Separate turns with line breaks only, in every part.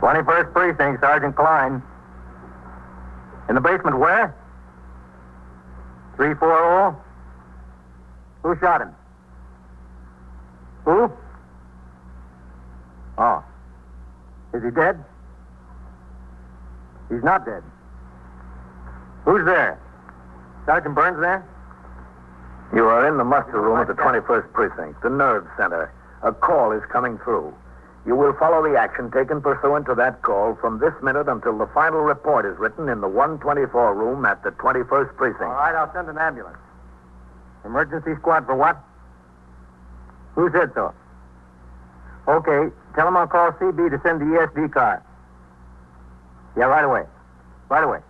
21st Precinct, Sergeant Klein. In the basement where? 340? Who shot him? Who? Oh. Is he dead? He's not dead. Who's there? Sergeant Burns there?
You are in the muster room at the 21st Precinct, the nerve center. A call is coming through. You will follow the action taken pursuant to that call from this minute until the final report is written in the 124 room at the 21st
All
Precinct.
right, I'll send an ambulance. Emergency squad for what? Who said so? Okay, tell them I'll call CB to send the E ESD car. Yeah, right away. Right away.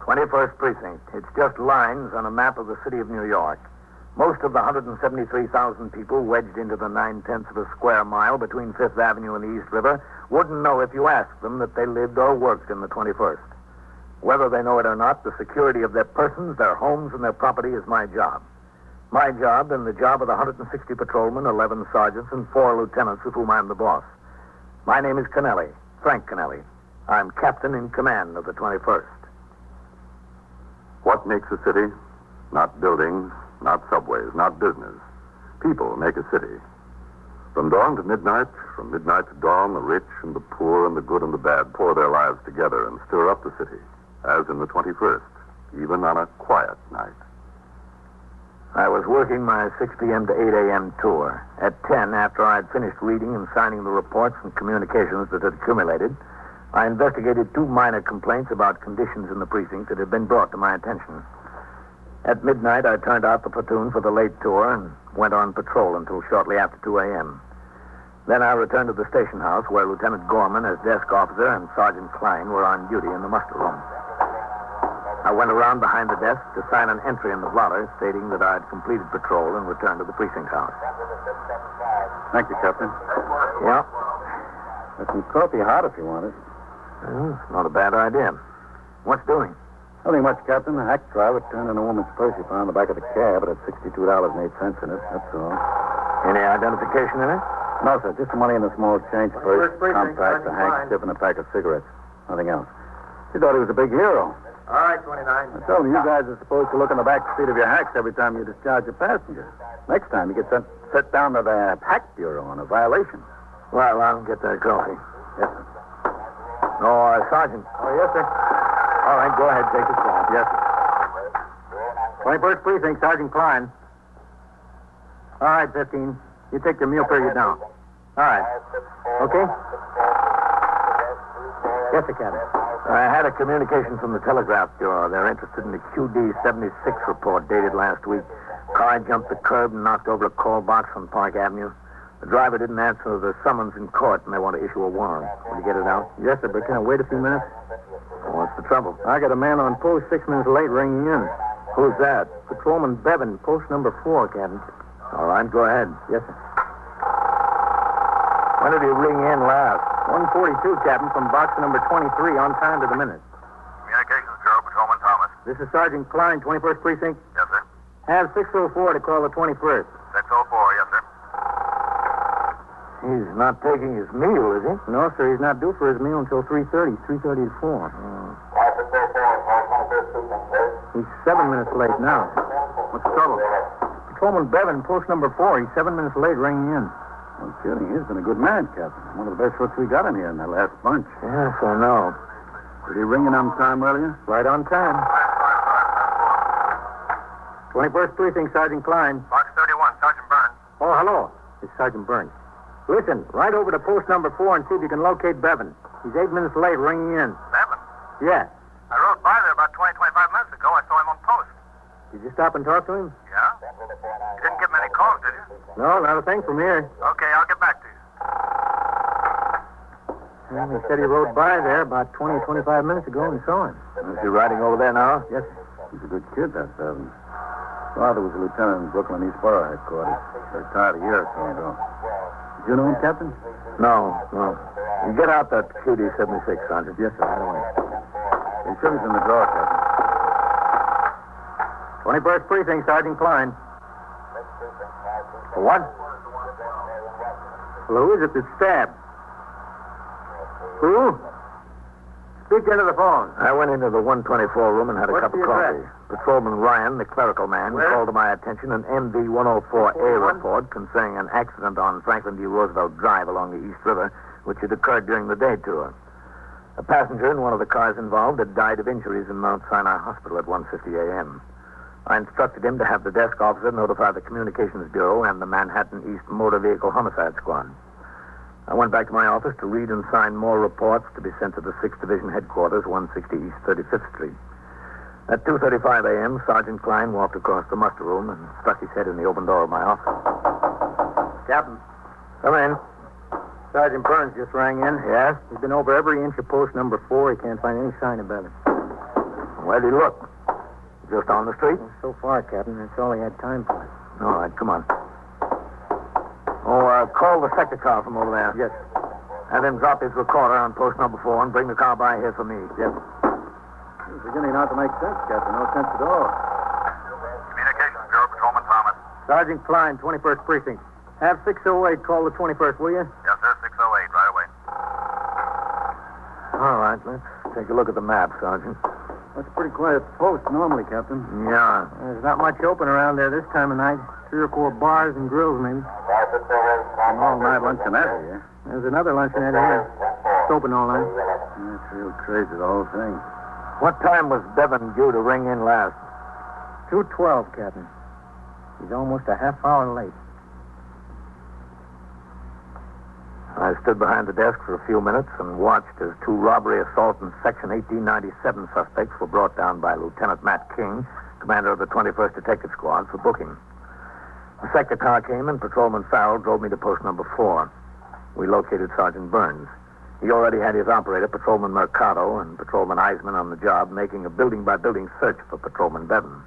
Twenty-first precinct. It's just lines on a map of the city of New York. Most of the 173,000 people wedged into the nine-tenths of a square mile between Fifth Avenue and the East River wouldn't know if you asked them that they lived or worked in the 21st. Whether they know it or not, the security of their persons, their homes, and their property is my job. My job and the job of the 160 patrolmen, 11 sergeants, and four lieutenants of whom I'm the boss. My name is Kennelly, Frank Kennelly. I'm captain in command of the 21st.
What makes a city? Not buildings, not subways, not business. People make a city. From dawn to midnight, from midnight to dawn, the rich and the poor and the good and the bad pour their lives together and stir up the city, as in the 21st, even on a quiet night.
I was working my 6 p.m. to 8 a.m. tour. At 10, after I'd finished reading and signing the reports and communications that had accumulated, I investigated two minor complaints about conditions in the precinct that had been brought to my attention. At midnight, I turned out the platoon for the late tour and went on patrol until shortly after 2 a.m. Then I returned to the station house where Lieutenant Gorman, as desk officer, and Sergeant Klein were on duty in the muster room. I went around behind the desk to sign an entry in the blotter stating that I had completed patrol and returned to the precinct house.
Thank you, Captain.
Yep.
There's some coffee hot if you want it.
Well, it's Hmm, not a bad idea. What's doing?
Nothing much, Captain. A hack driver turned in a woman's purse she found in the back of the cab. It had $62.08 in it. That's all.
Any identification in it?
No, sir. Just the money in the small change purse,
First precinct,
compact, a
Sergeant
handkerchief, and a pack of cigarettes. Nothing else. She thought he was a big hero.
All right, 29.
I told him you guys are supposed to look in the back seat of your hacks every time you discharge a passenger. Next time you get sent, set down to the hack bureau on a violation.
Well, I'll get that coffee.
Yes, sir.
Oh, uh, Sergeant.
Oh, yes, sir.
All right, go ahead. Take the call.
Yes, sir.
21st Precinct, Sergeant Klein. All right, 15. You take your meal period now. All right. Okay? Yes, sir, Captain.
Uh, I had a communication from the Telegraph Bureau. They're interested in the QD 76 report dated last week. Car jumped the curb and knocked over a call box on Park Avenue. The driver didn't answer the summons in court, and they want to issue a warrant. Will you get it out?
Yes, sir, but can I wait a few minutes?
What's the trouble?
I got a man on post six minutes late ringing in.
Who's that?
Patrolman Bevan, post number four, Captain.
All right, go ahead.
Yes, sir.
When did he ring in last?
142, Captain, from box number 23, on time to the minute.
Communications Bureau, Patrolman Thomas.
This is Sergeant Klein, 21st Precinct.
Yes, sir.
Have 604 to call the 21st.
604, yes, sir.
He's not taking his meal, is he?
No, sir, he's not due for his meal until 3.30, 3.30 to 4. He's seven minutes late now.
What's the trouble?
Patrolman Bevan, post number four. He's seven minutes late ringing in.
No kidding. He's been a good man, Captain. One of the best folks we got in here in that last bunch.
Yes, I know.
Was he ringing on time earlier?
Right on time. 21st Precinct, Sergeant Klein.
Box 31, Sergeant Burns.
Oh, hello. It's Sergeant Burns. Listen, right over to post number four and see if you can locate Bevan. He's eight minutes late ringing in.
Seven.
Yeah.
I rode by there about 20, 25 minutes ago. I saw him on post.
Did you stop and talk to him?
Yeah? You didn't get many calls, did you?
No, not a thing from here.
Okay, I'll get back to you.
Well, he said he rode by there about 20 or 25 minutes ago and saw him.
Is he riding over there now?
Yes,
He's a good kid, that Bevan. Father was a lieutenant in Brooklyn East Borough headquarters. Retired a year or so ago. Did you know him, Captain?
No, no. You get out that QD 76, Sergeant.
Yes, sir. Right away. His sugar's in the drawer, Captain.
21st Precinct, Sergeant Klein.
What?
Well, who is it that's stabbed? Who? Speak into the phone.
I went into the 124 room and had a
What's
cup of
the
coffee.
address?
Patrolman Ryan, the clerical man,
Where?
called to my attention an MV
141?
104A report concerning an accident on Franklin D. Roosevelt Drive along the East River, which had occurred during the day tour. A passenger in one of the cars involved had died of injuries in Mount Sinai Hospital at 1.50 a.m. I instructed him to have the desk officer notify the Communications Bureau and the Manhattan East Motor Vehicle Homicide Squad. I went back to my office to read and sign more reports to be sent to the 6th Division Headquarters, 160 East 35th Street. At 2.35 a.m., Sergeant Klein walked across the muster room and stuck his head in the open door of my office.
Captain,
Come in.
Sergeant Burns just rang in.
Yes?
He's been over every inch of post number four. He can't find any sign of Bennett.
Where'd he look? Just on the street?
So far, Captain, that's all he had time for.
All right, come on. Oh, uh, call the sector car from over there.
Yes.
Have him drop his recorder on post number four and bring the car by here for me. Yes.
It's beginning not to make sense, Captain. No sense at all.
Communications Bureau Patrolman Thomas.
Sergeant Klein, 21st Precinct. Have 608 call the 21st, will you?
Yes, sir, 608, right away.
All right, let's take a look at the map, Sergeant.
That's pretty quiet post normally, Captain.
Yeah.
There's not much open around there this time of night. Three or four bars and grills, maybe.
An all-night luncheonette here.
There's another luncheon at here. It's open all night.
That's real crazy, the whole thing.
What time was Bevan due to ring in last?
212, Captain. He's almost a half hour late.
I stood behind the desk for a few minutes and watched as two robbery, assault, and Section 1897 suspects were brought down by Lieutenant Matt King, commander of the 21st Detective Squad, for booking. The sector car came and Patrolman Farrell drove me to post number four. We located Sergeant Burns. He already had his operator, Patrolman Mercado, and Patrolman Eisman on the job, making a building-by-building search for Patrolman Bevan.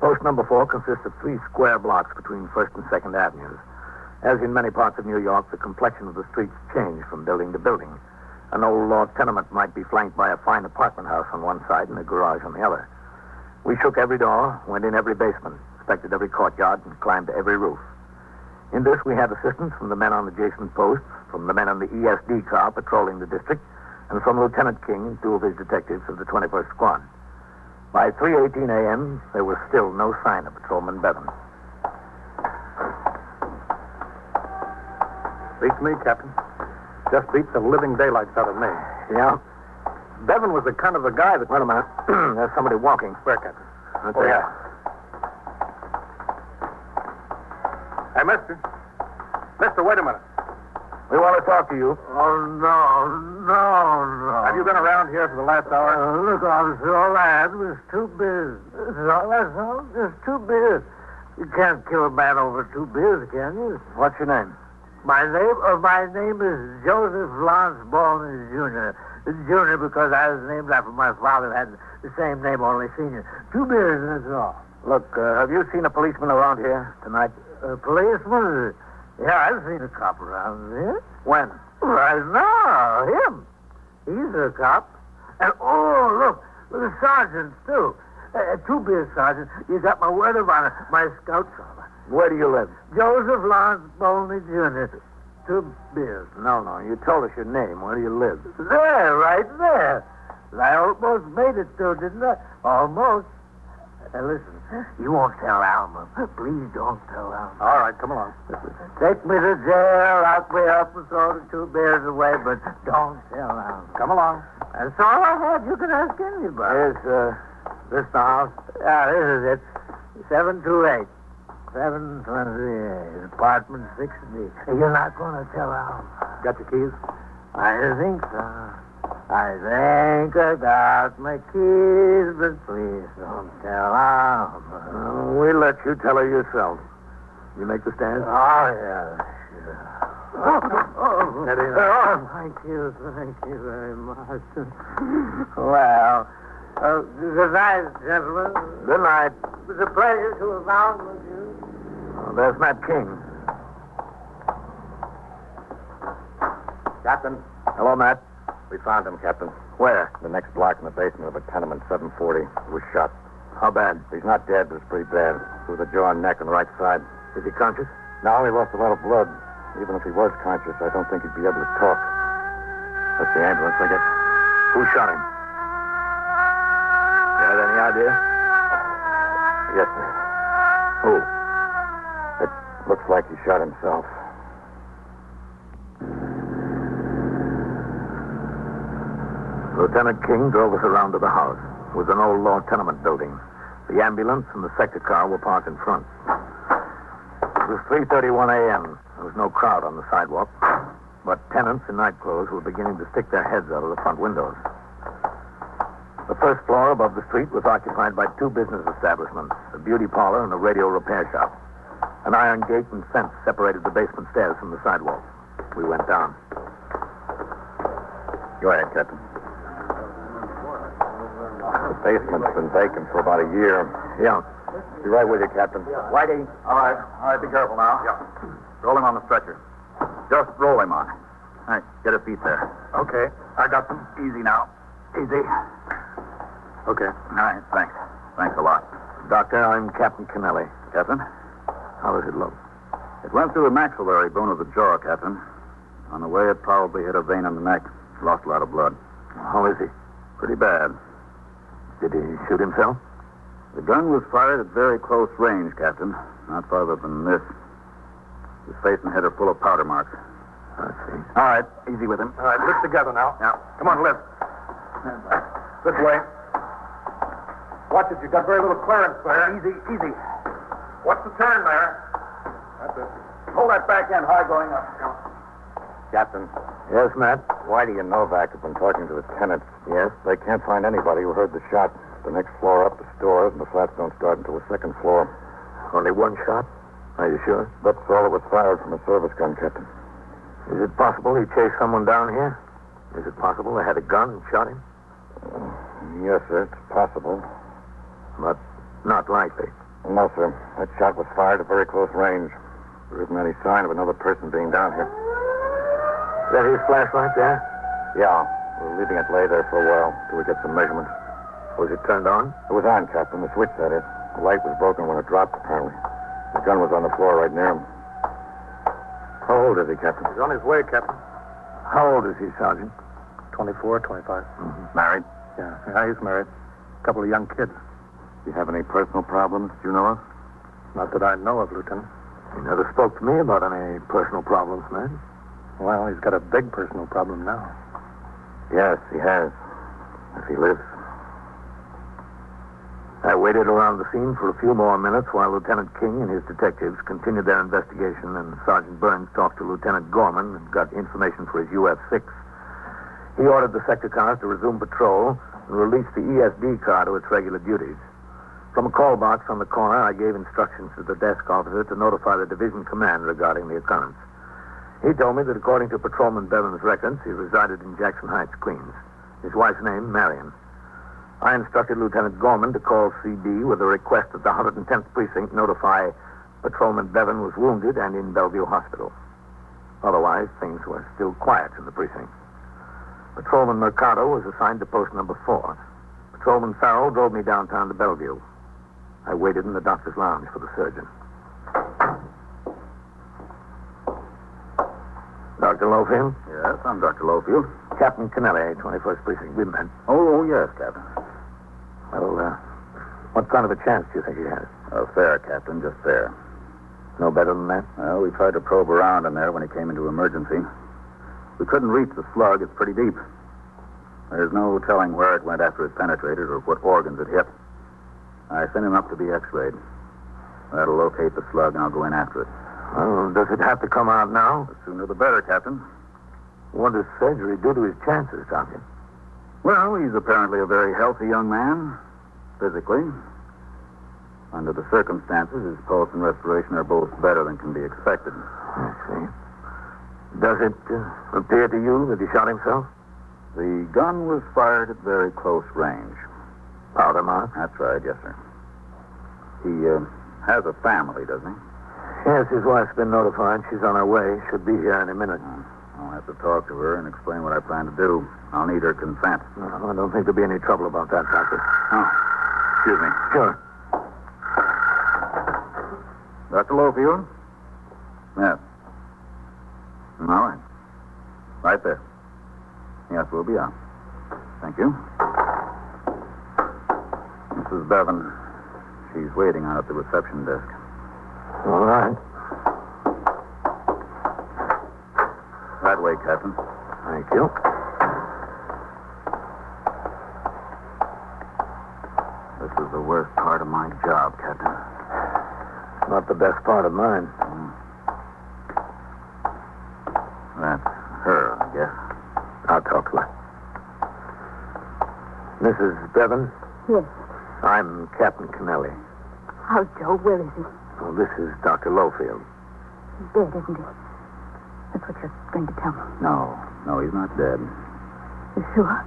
Post number four consists of three square blocks between 1st and 2nd Avenues. As in many parts of New York, the complexion of the streets changed from building to building. An old law tenement might be flanked by a fine apartment house on one side and a garage on the other. We shook every door, went in every basement, inspected every courtyard, and climbed every roof. In this, we had assistance from the men on adjacent posts, from the men on the ESD car patrolling the district, and from Lieutenant King and two of his detectives of the 21st Squad. By 3.18 a.m., there was still no sign of Patrolman Bevan.
Beats me, Captain. Just beats the living daylights out of me.
Yeah?
Bevan was the kind of a guy that.
Wait a minute. There's somebody walking.
Where, Captain?
Right
Oh,
there.
yeah. Hey, mister. Mister, wait a minute.
We want to talk to you.
Oh, no, no, no. Have you been around here for the last hour?
Oh, look, officer, all that was too biz. That's all. It's too biz. You can't kill a man over two biz, can you?
What's your name?
My name, uh, my name is Joseph Lance Baldwin Jr. Jr. because I was named after my father, who had the same name, only senior. Two beers, that's all.
Look, uh, have you seen a policeman around here tonight?
A policeman? Yeah, I've seen a cop around here.
When?
Right now, him. He's a cop. And, oh, look, the sergeants, too. Uh, two beers, sergeant. You got my word of honor, my scout's honor.
Where do you live?
Joseph Lance Baldwin Jr. Two beers.
No, no. You told us your name. Where do you live?
There, right there. I almost made it, though, didn't I? Almost. Now, listen, you won't tell Alma. Please don't tell Alma.
All right, come along.
Take me to jail, lock me up, and throw the two bears away, but don't tell Alma.
Come along.
That's all I have. You can ask anybody.
Is uh, this the house?
Ah, this is it. 728. 728, apartment 6D. You're not going to tell Alma.
Got your keys?
I think so. I think I got my keys, but please don't tell Alma.
Uh, we let you tell her yourself. You make the
Oh,
stand?
yeah, sure. Oh,
That ain't-
oh, thank you, thank you very much. well, uh, good night, gentlemen.
Good night.
It was a pleasure to have found with you.
Oh, there's Matt King.
Captain.
Hello, Matt.
We found him, Captain.
Where?
The next block in the basement of a tenement, 740. He was shot.
How bad?
He's not dead, but it's pretty bad. Through the jaw and neck on the right side.
Is he conscious?
Now he lost a lot of blood.
Even if he was conscious, I don't think he'd be able to talk. That's the ambulance, I guess. Who shot him? You have any idea? Yes, sir. Who? It looks like he shot himself.
Lieutenant King drove us around to the house. It was an old law tenement building. The ambulance and the sector car were parked in front. It was 3.31 a.m. There was no crowd on the sidewalk, but tenants in night clothes were beginning to stick their heads out of the front windows. The first floor above the street was occupied by two business establishments, a beauty parlor and a radio repair shop. An iron gate and fence separated the basement stairs from the sidewalk. We went down.
Go ahead, Captain. The basement's been vacant for about a year.
Yeah.
Be right with you, Captain. Whitey.
All right, all right, be careful now. Yeah. Roll him on the stretcher. Just roll him on. All right, get his feet there.
Okay.
I got them. Easy now. Easy.
Okay.
All right, thanks. Thanks a lot.
Doctor, I'm Captain Kennelly.
Captain,
How does it look?
it went through the maxillary bone of the jaw, Captain. On the way, it probably hit a vein in the neck. Lost a lot of blood.
How is he?
Pretty bad.
Did he shoot himself?
The gun was fired at very close range, Captain. Not farther than this. His face and head are full of powder marks.
I see.
All right, easy with him.
All right, lift together now.
Now,
Come on, lift. This way. Watch it. You've got very little clearance there.
easy, easy.
What's the turn there? That's it.
Hold that back end high going up.
Captain.
Yes, Matt?
Whitey and Novak have been talking to the tenants.
Yes?
They can't find anybody who heard the shot. The next floor up, the stores, and the flats don't start until the second floor.
Only one shot? Are you sure?
That's all that was fired from a service gun, Captain.
Is it possible he chased someone down here? Is it possible they had a gun and shot him?
Yes, sir. It's possible.
But not likely.
No, sir. That shot was fired at very close range. There isn't any sign of another person being down here.
Is that his flashlight there?
Yeah, we're leaving it lay there for a while till we get some measurements.
Was it turned on?
It was on, Captain. The switch, that is. The light was broken when it dropped, apparently. The gun was on the floor right near him. How old is he, Captain?
He's on his way, Captain.
How old is he, Sergeant?
24, 25.
Married?
Yeah, yeah he's married. A couple of young kids.
Do you have any personal problems? Do you know of?
Not that I know of, Lieutenant.
He never spoke to me about any personal problems, man.
Well, he's got a big personal problem now.
Yes, he has. If he lives.
I waited around the scene for a few more minutes while Lieutenant King and his detectives continued their investigation, and Sergeant Burns talked to Lieutenant Gorman and got information for his UF-6. He ordered the sector cars to resume patrol and released the ESD car to its regular duties. From a call box on the corner, I gave instructions to the desk officer to notify the division command regarding the occurrence. He told me that according to Patrolman Bevan's records, he resided in Jackson Heights, Queens. His wife's name, Marion. I instructed Lieutenant Gorman to call CD with a request that the 110th Precinct notify Patrolman Bevan was wounded and in Bellevue Hospital. Otherwise, things were still quiet in the precinct. Patrolman Mercado was assigned to post number four. Patrolman Farrell drove me downtown to Bellevue. I waited in the doctor's lounge for the surgeon. Dr. Lofield?
Yes, I'm Dr. Lowfield.
Captain Kennelly, 21st Precinct. We met.
Oh, oh, yes, Captain.
Well, uh, what kind of a chance do you think he has?
Oh, fair, Captain, just fair.
No better than that?
Well, we tried to probe around in there when he came into emergency. We couldn't reach the slug. It's pretty deep. There's no telling where it went after it penetrated or what organs it hit. I sent him up to be x-rayed. That'll locate the slug, and I'll go in after it.
Well, does it have to come out now?
The sooner the better, Captain.
What does surgery do to his chances, Sergeant?
Well, he's apparently a very healthy young man, physically. Under the circumstances, his pulse and respiration are both better than can be expected.
I see. Does it uh, appear to you that he shot himself?
The gun was fired at very close range.
Powder mark?
That's right, yes, sir. He uh, has a family, doesn't he?
Yes, his wife's been notified. She's on her way. Should be here any minute.
I'll have to talk to her and explain what I plan to do. I'll need her consent.
No, I don't think there'll be any trouble about that, Doctor.
Oh, excuse me.
Sure.
Dr. Lowfield? Yes. All right. Right there. Yes, we'll be out. Thank you. Mrs. Bevan, she's waiting out at the reception desk.
All right.
That way, Captain.
Thank you.
This is the worst part of my job, Captain.
Not the best part of mine.
That's her, I guess.
I'll talk to her. Mrs. Bevan,
Yes.
I'm Captain Kennelly.
How, Joe? Where is he?
Well, this is Dr. Lowfield.
He's dead, isn't he? That's what you're going to tell me.
No, no, he's not dead.
You sure?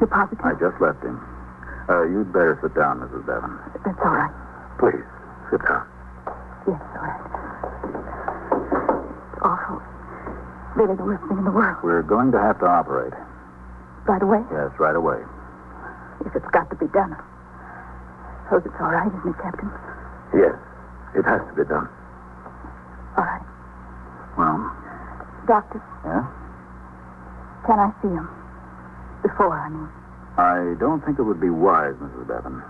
You're positive?
I just left him. Uh, you'd better sit down, Mrs. Bevan.
That's all right.
Please, sit down.
Yes, all right. It's awful. Really the worst thing in the world.
We're going to have to operate.
Right away,
Yes, right away.
if it's got to be done. Suppose it's all right, isn't it, Captain?
Yes, it has to be done.
All right.
Well,
Doctor,
yeah?
can I see him? Before, I mean.
I don't think it would be wise, Mrs. Bevan.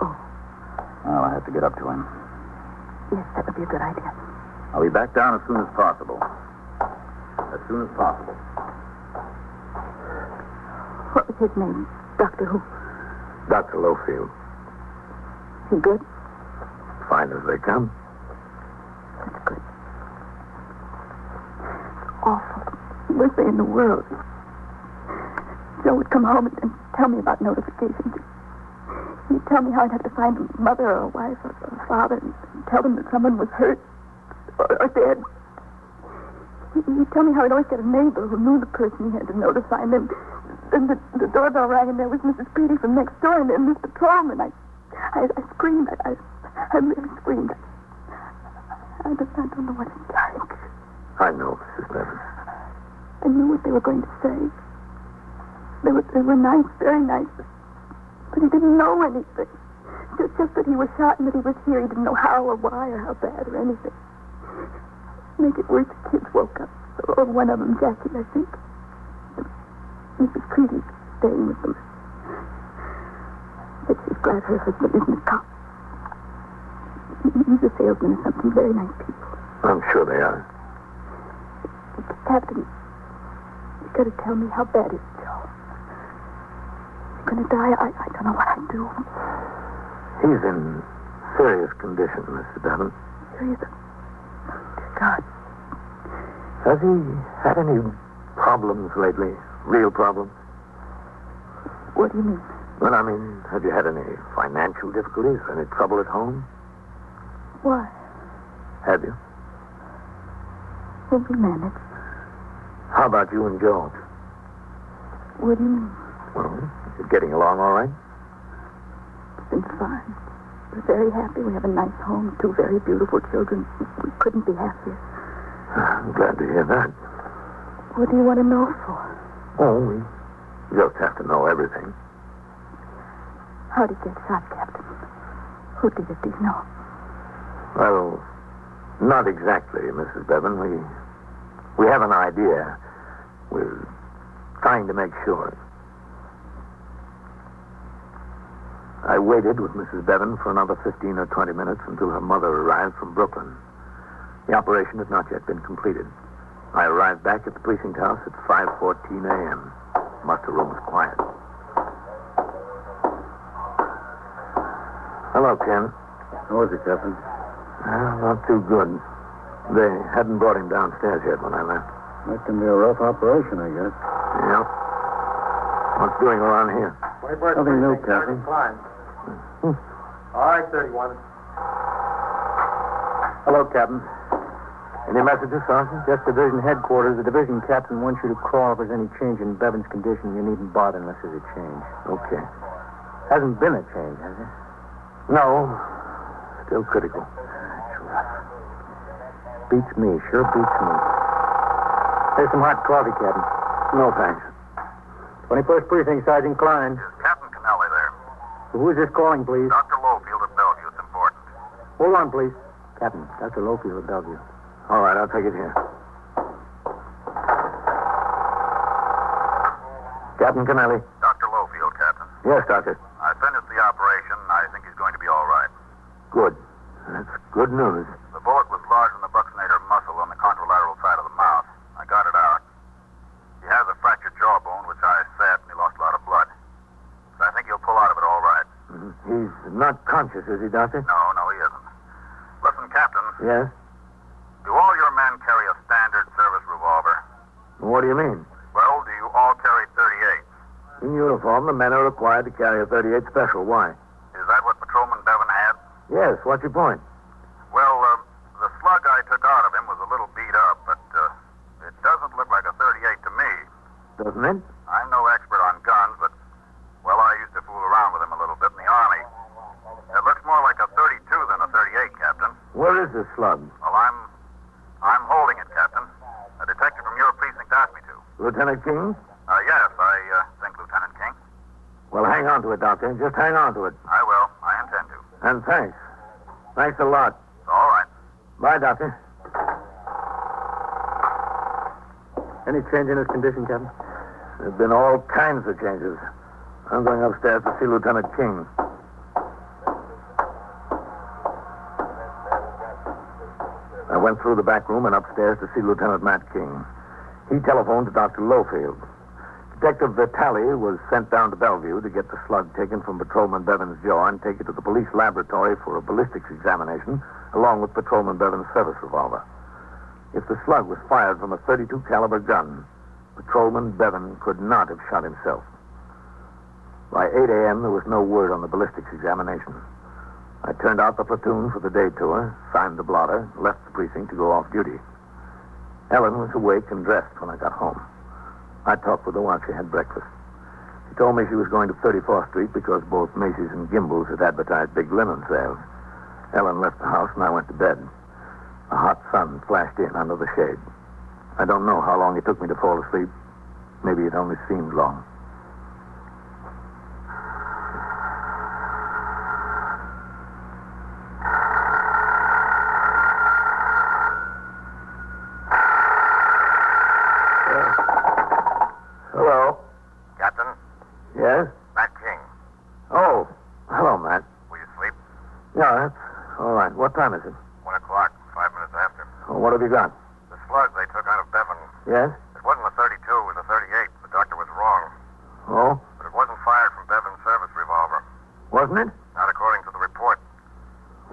Oh.
Well, I have to get up to him.
Yes, that would be a good idea.
I'll be back down as soon as possible. As soon as possible.
What was his name? Doctor who?
Dr. Lowfield,
He good?
fine as they come.
That's good. It's awful. Worst thing in the world. Joe would come home and, and tell me about notifications. He'd tell me how I'd have to find a mother or a wife or a father and, and tell them that someone was hurt or, or dead. He- He'd tell me how he'd always get a neighbor who knew the person he had to notify, and then, then the, the doorbell rang, and there was Mrs. Petey from next door, and then Mr. Patrolman. I, I, I screamed. I, I, I really screamed. I don't, I don't know what it's like.
I know, Mrs. Bevan.
I knew what they were going to say. They were, they were nice, very nice. But he didn't know anything. Just, just that he was shot and that he was here. He didn't know how or why or how bad or anything. Make it worse, the kids woke up. Or one of them, Jackie, I think. Mrs. Creedy staying with them. But she's glad her husband isn't a cop. He's a salesman or something. Very nice people.
I'm sure they are.
Captain, you gotta tell me how bad is Joe. He's gonna die. I, I don't know what I'd do.
He's in serious condition, Mrs. Bevan.
Serious. God,
Has he had any problems lately? Real problems?
what do you mean?
Well, I mean, have you had any financial difficulties? Any trouble at home?
Why?
Have you?
Will we manage?
How about you and Joe?
What do you mean?
Well, you're getting along all right?
It's been fine. We're very happy. We have a nice home, two very beautiful children. We couldn't be happier.
I'm glad to hear that.
What do you want to know for?
Oh, we just have to know everything.
How did you get shot, Captain? Who did it? Do you know?
Well, not exactly, Mrs. Bevan. We we have an idea. We're trying to make sure. I waited with Mrs. Bevan for another 15 or 20 minutes until her mother arrived from Brooklyn. The operation had not yet been completed. I arrived back at the precinct house at 5.14 a.m. Muster room was quiet. Hello, Ken.
How is it, Captain?
Well, not too good. They hadn't brought him downstairs yet when I left.
That can be a rough operation, I guess.
Yep. What's doing around here?
Nothing new, Captain.
All right, 31.
Hello, Captain. Any messages, Sergeant?
Just division headquarters. The division captain wants you to call if there's any change in Bevan's condition. You needn't bother unless there's a change.
Okay.
Hasn't been a change, has there?
No. Still critical.
Beats me. Sure beats me. There's some hot coffee, Captain.
No, thanks.
21st Precinct, Sergeant Klein.
Captain Canelli there.
Who's this calling, please?
Dr. Lowfield at Bellevue. It's important.
Hold on, please. Captain, Dr. Lofield of Bellevue.
All right, I'll take it here. Captain Kennelly?
Dr. Lowfield, Captain.
Yes, Doctor.
I finished the operation. I think he's going to be all right.
Good. That's good news.
The bullet was lodged in the buccinator muscle on the contralateral side of the mouth. I got it out. He has a fractured jawbone, which I set, and he lost a lot of blood. But I think he'll pull out of it all right.
He's not conscious, is he, Doctor?
No, no, he isn't. Listen, Captain,
Yes?
do all your men carry a standard service revolver?
What do you mean?
Well, do you all carry 38?
In uniform, the men are required to carry a 38 special. Why?
Is that what Patrolman Devon had?
Yes, what's your point?
Well, uh, the slug I took out of him was a little beat up, but uh, it doesn't look like a 38 to me.
Doesn't it?
I'm no expert on guns, but, well, I used to fool around with them a little bit in the Army. It looks more like a 32 than a 38, Captain.
Where is this slug?
Well, I'm, I'm holding it, Captain. A detective from your precinct asked me to.
Lieutenant King?
Uh, yes, I uh, think, Lieutenant King.
Well, hang on to it, Doctor. Just hang on to it.
I will. I intend to.
And thanks. Thanks a lot.
All right.
Bye, Doctor.
Any change in his condition, Captain?
There have been all kinds of changes. I'm going upstairs to see Lieutenant King. I went through the back room and upstairs to see Lieutenant Matt King. He telephoned to Dr. Lowfield. Detective Vitale was sent down to Bellevue to get the slug taken from Patrolman Bevan's jaw and take it to the police laboratory for a ballistics examination, along with Patrolman Bevan's service revolver. If the slug was fired from a 32 caliber gun, Patrolman Bevan could not have shot himself. By 8 a.m., there was no word on the ballistics examination. I turned out the platoon for the day tour, signed the blotter, left the precinct to go off duty. Ellen was awake and dressed when I got home. I talked with her while she had breakfast. She told me she was going to 34th Street because both Macy's and Gimbel's had advertised big linen sales. Ellen left the house and I went to bed. A hot sun flashed in under the shade. I don't know how long it took me to fall asleep. Maybe it only seemed long. Hello.
Captain,
Yes?
Matt King.
Oh, hello, Matt.
Will you sleep?
Yeah, that's all right. What time is it?
One o'clock, five minutes after.
Oh, what have you got?
The slug they took out of Bevan.
Yes?
It wasn't a 32, it was a 38. The doctor was wrong.
Oh,
But it wasn't fired from Bevan's service revolver.
wasn't it?
Not according to the report.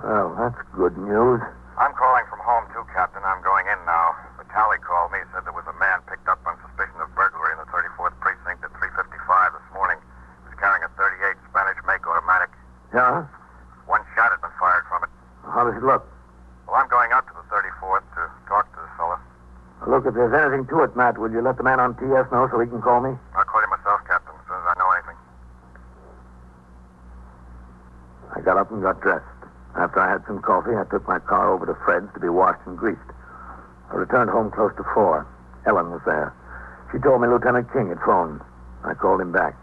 Well, that's good news.
I'm calling from home, too, Captain. I'm going in now. Vitale called me, said there was a man picked up on suspicion of burglary in the 34th precinct at 3.55 this morning. He was carrying a 38 Spanish make automatic.
Yeah?
One shot had been fired from it.
How does it look?
Well, I'm going out to the 34th to talk to this fella.
Look, if there's anything to it, Matt, will you let the man on TS know so he can call me?
I'll call you myself, Captain, as soon as I know anything.
I got up and got dressed. After I had some coffee, I took my car over to Fred's to be washed and greased. I returned home close to four. Ellen was there. She told me Lieutenant King had phoned. I called him back.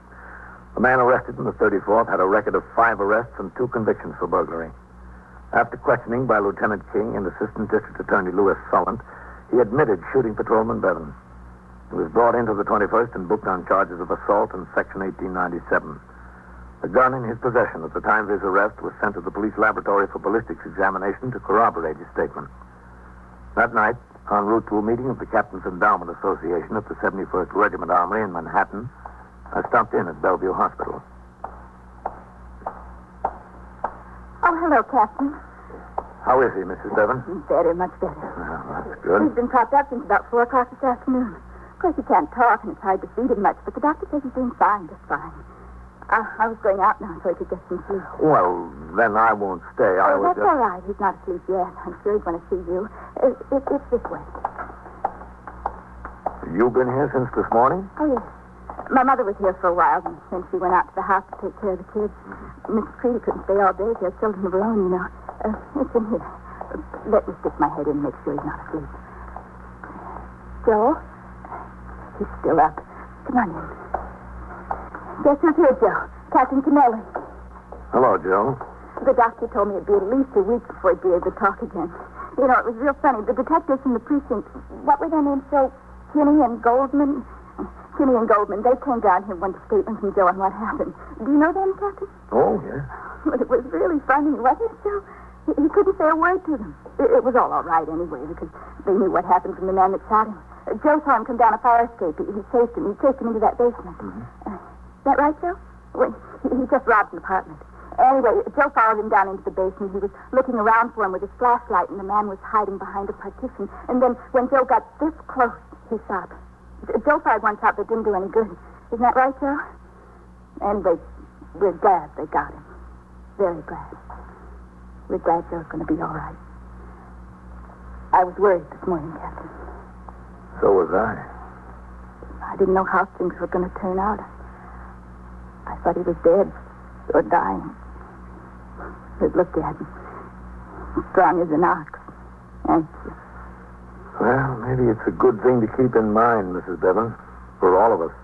The man arrested in the 34th had a record of five arrests and two convictions for burglary. After questioning by Lieutenant King and Assistant District Attorney Louis Sullen, he admitted shooting Patrolman Bevan. He was brought into the 21st and booked on charges of assault in Section 1897. The gun in his possession at the time of his arrest was sent to the police laboratory for ballistics examination to corroborate his statement. That night, en route to a meeting of the Captain's Endowment Association at the 71st Regiment Armory in Manhattan, I stopped in at Bellevue Hospital.
Oh, hello, Captain.
How is he, Mrs. Devon?
Better, much better.
Well, that's
He's
good.
been propped up since about 4 o'clock this afternoon. Of course, he can't talk, and it's hard to feed him much, but the doctor says he's doing fine, just fine. I, I was going out now so he could get some sleep.
Well, then I won't stay. I
Oh,
was
that's
just...
all right. He's not asleep yet. I'm sure he'd want to see you. It, it, it's this way.
You've been here since this morning?
Oh, yes. My mother was here for a while, and then she went out to the house to take care of the kids. Miss Creedy couldn't stay all day. She had children of her own, you know. Uh, it's in here. Uh, Let me stick my head in and make sure he's not asleep. Joe? He's still up. Come on in. Guess who's here, Joe? Captain Canelli.
Hello, Joe.
The doctor told me it'd be at least a week before he'd be able to talk again. You know, it was real funny. The detectives from the precinct, what were their names, Joe? Kinney and Goldman? Timmy and Goldman, they came down here and wanted a statement from Joe on what happened. Do you know them, Captain?
Oh, yes.
But it was really funny, wasn't it, Joe? He, he couldn't say a word to them. It, it was all all right anyway, because they knew what happened from the man that shot him. Uh, Joe saw him come down a fire escape. He, he chased him. He chased him into that basement. Uh, is that right, Joe? Well, he, he just robbed an apartment. Anyway, Joe followed him down into the basement. He was looking around for him with his flashlight, and the man was hiding behind a partition. And then when Joe got this close, he shot. J- Joe fired one shot that didn't do any good. Isn't that right, Joe? And they, we're glad they got him. Very glad. We're glad Joe's going to be all right. I was worried this morning, Captain.
So was I.
I didn't know how things were going to turn out. I thought he was dead or dying. But look at him. Strong as an ox. Anxious.
Well, maybe it's a good thing to keep in mind, Mrs. Devon, for all of us.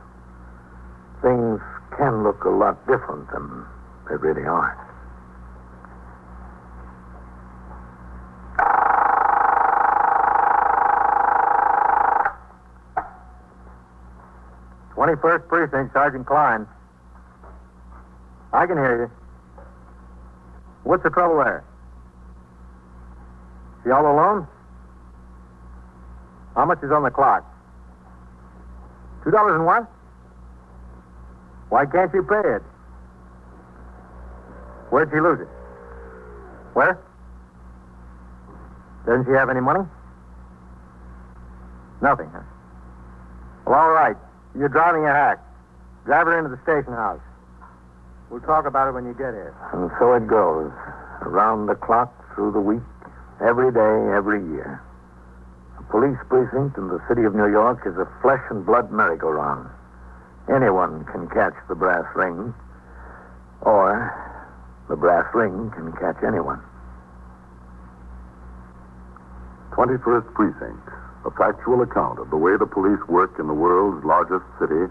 Things can look a lot different than they really are.
Twenty-first precinct, Sergeant Klein. I can hear you. What's the trouble there? She all alone? How much is on the clock? Two dollars and what? Why can't you pay it? Where'd she lose it? Where? Doesn't she have any money? Nothing, huh? Well, all right. You're driving a hack. Drive her into the station house. We'll talk about it when you get here.
And so it goes, around the clock, through the week, every day, every year. The police precinct in the city of New York is a flesh and blood merry-go-round. Anyone can catch the brass ring, or the brass ring can catch anyone.
21st Precinct, a factual account of the way the police work in the world's largest city,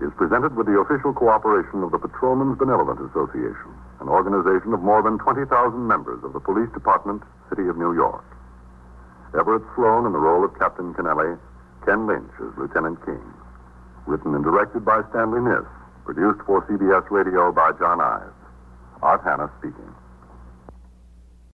is presented with the official cooperation of the Patrolmen's Benevolent Association, an organization of more than 20,000 members of the Police Department, City of New York. Everett Sloan in the role of Captain Kennelly, Ken Lynch as Lieutenant King. Written and directed by Stanley Niss, produced for CBS Radio by John Ives. Art Hanna speaking.